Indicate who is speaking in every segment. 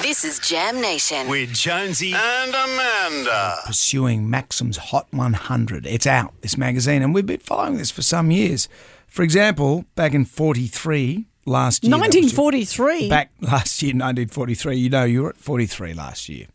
Speaker 1: This is Jam Nation.
Speaker 2: with Jonesy
Speaker 3: and Amanda.
Speaker 4: pursuing Maxim's Hot 100. It's out, this magazine, and we've been following this for some years. For example, back in 43, last year. that was your-
Speaker 5: 1943.
Speaker 4: Back last year, 1943, you know you were at 43 last year.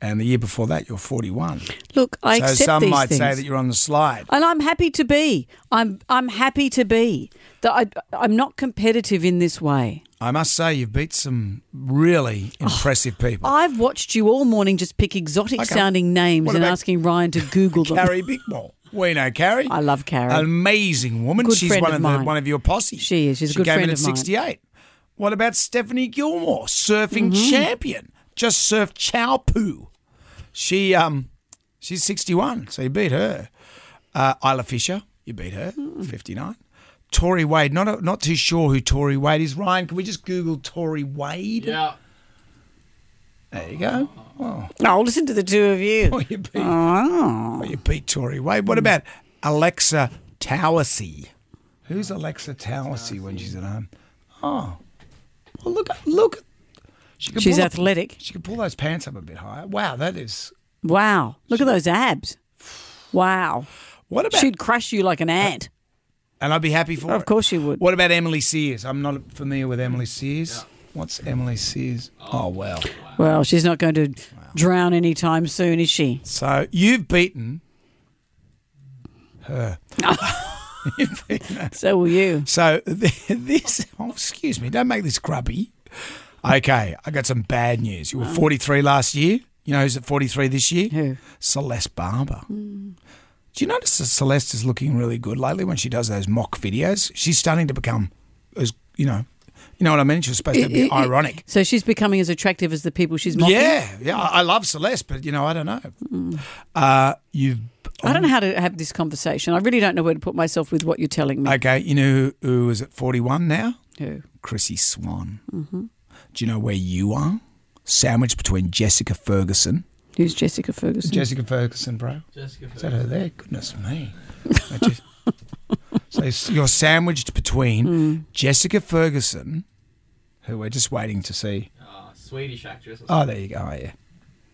Speaker 4: And the year before that, you were 41.
Speaker 5: Look, I
Speaker 4: so
Speaker 5: accept
Speaker 4: some
Speaker 5: these
Speaker 4: might
Speaker 5: things.
Speaker 4: say that you're on the slide.
Speaker 5: and I'm happy to be. I'm I'm happy to be. That I I'm not competitive in this way.
Speaker 4: I must say, you've beat some really
Speaker 5: Oh.
Speaker 4: impressive people.
Speaker 5: I've watched you all morning just pick exotic
Speaker 4: Okay.
Speaker 5: sounding names
Speaker 4: What
Speaker 5: and
Speaker 4: about
Speaker 5: asking Ryan to Google them.
Speaker 4: Carrie Um, Bickmore. We know Carrie.
Speaker 5: Oh. I love Carrie.
Speaker 4: Amazing woman.
Speaker 5: Good
Speaker 4: she's
Speaker 5: friend
Speaker 4: one
Speaker 5: of
Speaker 4: of, the,
Speaker 5: mine.
Speaker 4: one of your posse.
Speaker 5: She is. She's a
Speaker 4: she
Speaker 5: good
Speaker 4: came in
Speaker 5: friend
Speaker 4: at
Speaker 5: of mine.
Speaker 4: 68. What about Stephanie Gilmore, surfing
Speaker 5: Mm-hmm.
Speaker 4: champion? Just surfed Chow Poo. She um she's 61, so you beat her. Uh, Isla Fisher, you beat her,
Speaker 5: Mm-hmm.
Speaker 4: 59. Tori Wade, not a, not too sure who Tori Wade is. Ryan, can we just Google Tori Wade? Yeah. There you go.
Speaker 5: No, listen to the two of you.
Speaker 4: Oh, you beat, oh, you beat Tory Wade. What about Alexa Towersy? Who's Alexa Towersy when she's at home? Oh, well, look, at- look. at- She could
Speaker 5: She's
Speaker 4: pull-
Speaker 5: athletic.
Speaker 4: She could pull those pants up a bit higher. Wow, that is.
Speaker 5: Wow. Look at those abs. Wow.
Speaker 4: What about?
Speaker 5: She'd crush you like an ant.
Speaker 4: and I'd be happy for.
Speaker 5: Of
Speaker 4: it.
Speaker 5: course you would.
Speaker 4: What about Emily Sears? I'm not familiar with Emily Sears. What's Emily Sears? Oh, well.
Speaker 5: Well, she's not going to drown anytime soon, is she?
Speaker 4: So you've beaten her. you've beaten her.
Speaker 5: So will you.
Speaker 4: So th- this, oh, excuse me, don't make this grubby. Okay, I got some bad news. You were 43 last year. You know who's at 43 this year?
Speaker 5: Who?
Speaker 4: Celeste Barber. Do you notice that Celeste is looking really good lately when she does those mock videos? She's starting to become, as you know, you know what I mean. She was supposed to be ironic.
Speaker 5: So she's becoming as attractive as the people she's mocking.
Speaker 4: Yeah, yeah. I I love Celeste, but you know, I don't know. Uh, you've.
Speaker 5: I don't know how to have this conversation. I really don't know where to put myself with what you're telling me.
Speaker 4: Okay, you know who, who is at 41 now?
Speaker 5: Who?
Speaker 4: Chrissy Swan. Do you know where you are? Sandwiched between Jessica Ferguson.
Speaker 5: Who's Jessica Ferguson?
Speaker 4: Jessica Ferguson, bro. Jessica Ferguson. Is that her there? Goodness me. I just- so s- you're sandwiched between Jessica Ferguson, who we're just waiting to see.
Speaker 6: Swedish actress.
Speaker 4: Oh, there you go. Oh, yeah.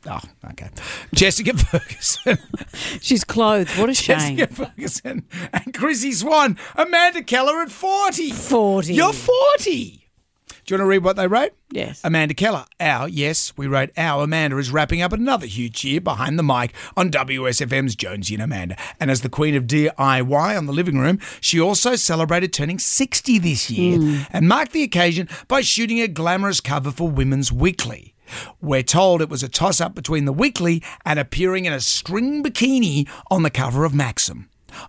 Speaker 4: Oh, okay. Jessica Ferguson.
Speaker 5: she's clothed. What a shame.
Speaker 4: Jessica Ferguson and Chrissy Swan. Amanda Keller at 40.
Speaker 5: 40.
Speaker 4: You're 40. Do you want to read what they wrote?
Speaker 5: Yes.
Speaker 4: Amanda Keller, our, yes, we wrote our Amanda is wrapping up another huge year behind the mic on WSFM's Jonesy and Amanda. And as the queen of DIY on the living room, she also celebrated turning 60 this year and marked the occasion by shooting a glamorous cover for Women's Weekly. We're told it was a toss up between the weekly and appearing in a string bikini on the cover of Maxim.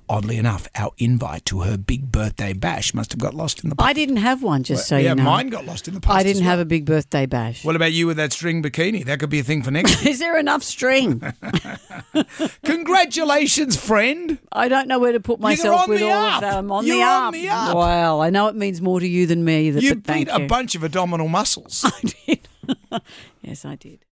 Speaker 4: Oddly enough, our invite to her big birthday bash must have got lost in the
Speaker 5: I didn't have one, just so
Speaker 4: yeah,
Speaker 5: you know.
Speaker 4: mine got lost in the past.
Speaker 5: I
Speaker 4: as
Speaker 5: didn't
Speaker 4: well.
Speaker 5: have a big birthday bash.
Speaker 4: What about you with that string bikini? That could be a thing for next year.
Speaker 5: Is there enough string?
Speaker 4: Congratulations, friend.
Speaker 5: I don't know where to put
Speaker 4: on
Speaker 5: myself with
Speaker 4: the
Speaker 5: all
Speaker 4: up.
Speaker 5: of them. On
Speaker 4: You're
Speaker 5: the
Speaker 4: on
Speaker 5: up.
Speaker 4: the up.
Speaker 5: Well, I know it means more to you than me. That,
Speaker 4: You
Speaker 5: but thank
Speaker 4: beat a
Speaker 5: you.
Speaker 4: bunch of abdominal muscles.
Speaker 5: I did. yes, I did.